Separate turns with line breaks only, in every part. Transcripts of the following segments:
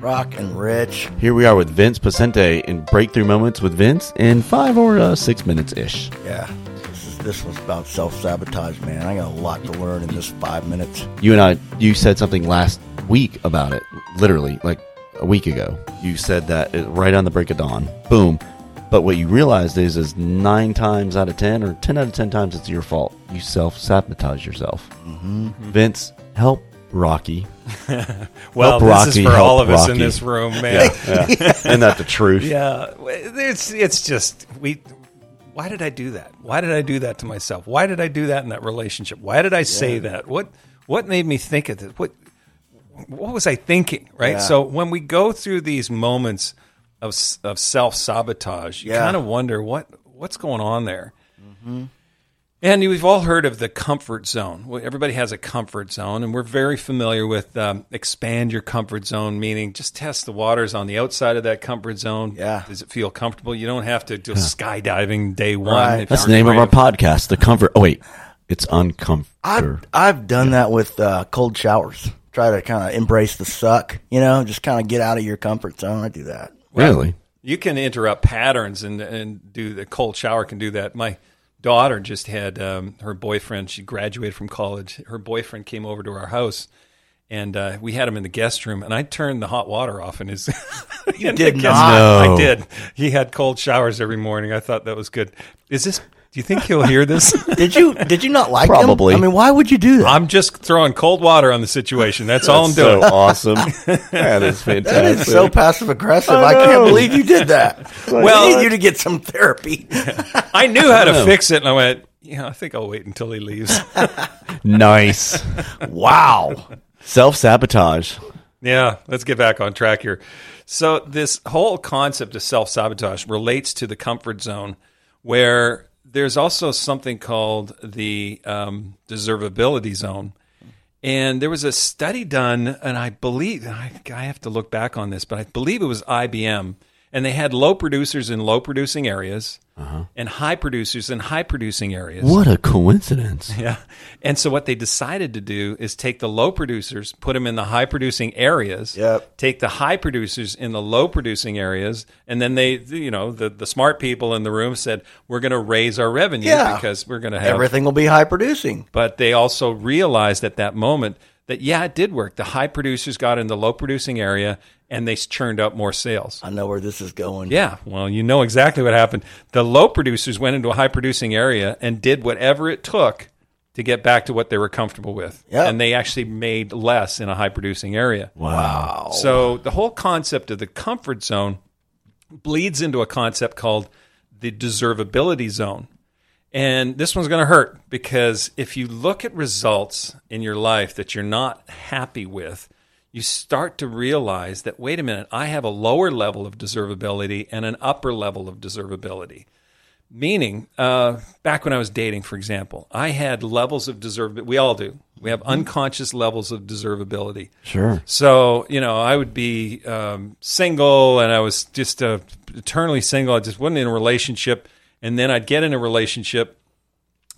Rock and Rich.
Here we are with Vince Pacente in Breakthrough Moments with Vince in five or uh, six minutes ish.
Yeah. This is this was about self sabotage, man. I got a lot to learn in this five minutes.
You and I, you said something last week about it, literally, like a week ago. You said that it- right on the break of dawn. Boom. But what you realized is, is nine times out of 10 or 10 out of 10 times, it's your fault. You self sabotage yourself. Vince, help Rocky.
Well,
Help
this
Rocky,
is for
help
all of us in
Rocky.
this room, man.
Isn't that the truth?
yeah. w- it's it's just we. Why did I do that? Why did I do that to myself? Why did I do that in that relationship? Why did I say that? What what made me think of this? What what was I thinking? Right.
Yeah.
So when we go through these moments of s- of self sabotage, you
Yeah.
kind of wonder what what's going on there. And we've all heard of the comfort zone. Well, Everybody has a comfort zone, and we're very familiar with um, expand your comfort zone, meaning just test the waters on the outside of that comfort zone.
Yeah.
Does it feel comfortable? You don't have to do skydiving day one.
Right.
if
That's the
you're
name of our
afraid
podcast, The Comfort. Oh, wait. It's uncomfortable.
I've, I've done that with uh, cold showers. Try to kind of embrace the suck, you know, just kind of get out of your comfort zone. I do that.
Really?
You can interrupt patterns and, and do the cold shower can do that. My daughter just had um, her boyfriend. She graduated from college. Her boyfriend came over to our house, and uh, we had him in the guest room. And I turned the hot water off in his. You
did not.
No.
I did. He had cold showers every morning. I thought that was good. Is this? Do you think he'll hear this?
Did you did you not like them?
Probably.
I mean, why would you do that?
I'm just throwing cold water on the situation. That's, all I'm
So
doing.
awesome. That is fantastic.
That is so passive aggressive. I,
know.
can't believe you did that.
Well-
we need you to get some therapy.
I knew how to fix it, and I went. Yeah, I think I'll wait until he leaves.
nice.
wow.
Self sabotage.
Yeah, let's get back on track here. So, this whole concept of self sabotage relates to the comfort zone, where there's also something called the um, deservability zone. And there was a study done, and I believe, I, I have to look back on this, but I believe it was IBM. And they had low producers in low producing areas and high producers in high producing areas.
What a coincidence.
Yeah. And so what they decided to do is take the low producers, put them in the high producing areas.
Yep.
Take the high producers in the low producing areas, and then they, you know, the, the smart people in the room said, "We're going to raise our revenue
Yeah.
because we're going to have."
Everything will be high producing.
But they also realized at that moment that yeah, it did work. The high producers got in the low producing area, and they churned up more sales.
I know where this is going.
Yeah, well, you know exactly what happened. The low producers went into a high producing area and did whatever it took to get back to what they were comfortable with.
Yeah.
And they actually made less in a high producing area.
Wow.
So the whole concept of the comfort zone bleeds into a concept called the deservability zone. And this one's going to hurt because if you look at results in your life that you're not happy with, you start to realize that, wait a minute, I have a lower level of deservability and an upper level of deservability. Meaning, uh, back when I was dating, for example, I had levels of deservability. We all do. We have unconscious levels of deservability.
Sure.
So you know, I would be um, single, and I was just uh, eternally single. I just wasn't in a relationship, and then I'd get in a relationship,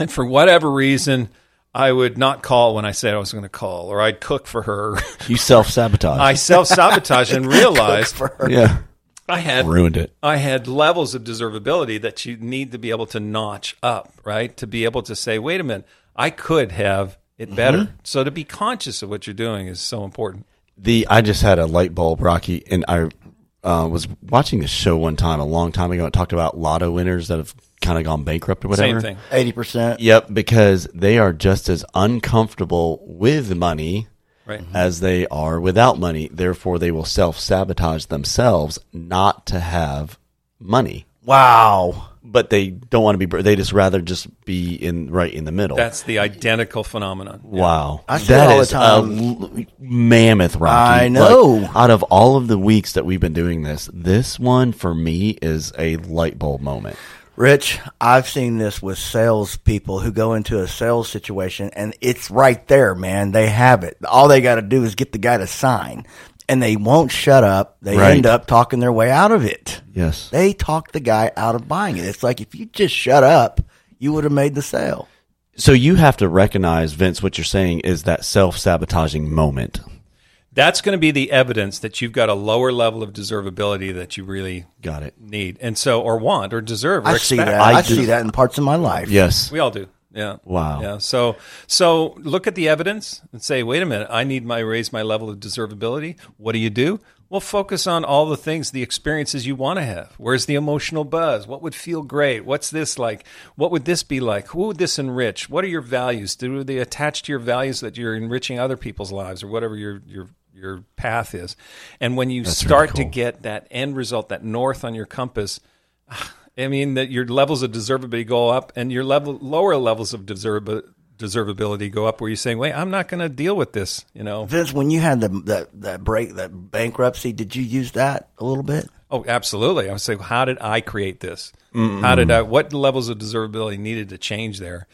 and for whatever reason, I would not call when I said I was going to call, or I'd cook for her.
You self sabotage.
I self sabotage and realized
yeah.
I had
Ruined it.
I had levels of deservability that you need to be able to notch up, right? To be able to say, wait a minute, I could have it better.
Mm-hmm.
So to be conscious of what you're doing is so important.
The I just had a light bulb, Rocky, and I uh, was watching this show one time a long time ago. It talked about lotto winners that have kind of gone bankrupt or whatever.
Same thing.
Eighty percent.
Yep, because they are just as uncomfortable with money
Right. Mm-hmm.
as they are without money. Therefore, they will self sabotage themselves not to have money.
Wow.
But they don't want to be. br- They just rather just be in right in the middle.
That's the identical phenomenon.
Wow,
I say it all the time.
a l- mammoth, Rocky.
I know.
Like, out of all of the weeks that we've been doing this, this one for me is a light bulb moment.
Rich, I've seen this with salespeople who go into a sales situation and it's right there, man. They have it. All they got to do is get the guy to sign and they won't shut up. They
Right.
end up talking their way out of it.
Yes,
They talk the guy out of buying it. It's like if you just shut up, you would have made the sale.
So you have to recognize, Vince, what you're saying is that self sabotaging moment.
That's going to be the evidence that you've got a lower level of deservability that you really
Got it.
need, and so or want or deserve or
I see
expect.
that.
I
I,
do.
see that in parts of my life.
Yes.
We all do. Yeah.
Wow.
Yeah. So so look at the evidence and say, wait a minute, I need my raise my level of deservability. What do you do? Well, focus on all the things, the experiences you want to have. Where's the emotional buzz? What would feel great? What's this like? What would this be like? Who would this enrich? What are your values? Do they attach to your values that you're enriching other people's lives or whatever your your your path is? And when you start to get that end result, that north on your compass, I mean that your levels of deservability go up, and your level lower levels of deserva- deservability go up, where you're saying, "Wait, I'm not going to deal with this." You know?
Vince, when you had the that that break that bankruptcy, did you use that a little bit?
Oh, absolutely. I would say, "How did I create this? How did I? What levels of deservability needed to change there?"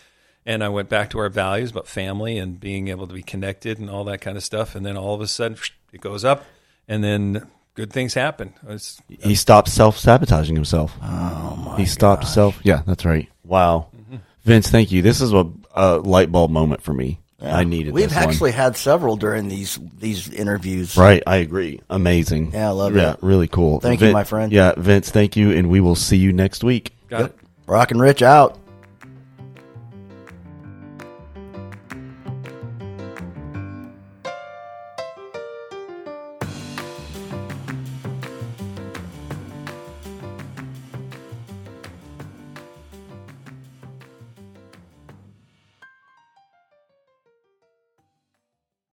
And I went back to our values about family and being able to be connected and all that kind of stuff. And then all of a sudden, it goes up, and then good things happen. It's
uh,
He stopped self sabotaging himself. Oh my! He stopped self. Yeah, that's right. Wow,
Mm-hmm.
Vince, thank you. This is a, a light bulb moment for me. I needed.
We've
this one.
actually had several during these these interviews.
Right, I agree. Amazing.
Yeah, I love
Yeah,
it.
really cool.
Thank you, my friend.
Yeah, Vince, thank you, and we will see you next week.
got it.
Rock and Rich out.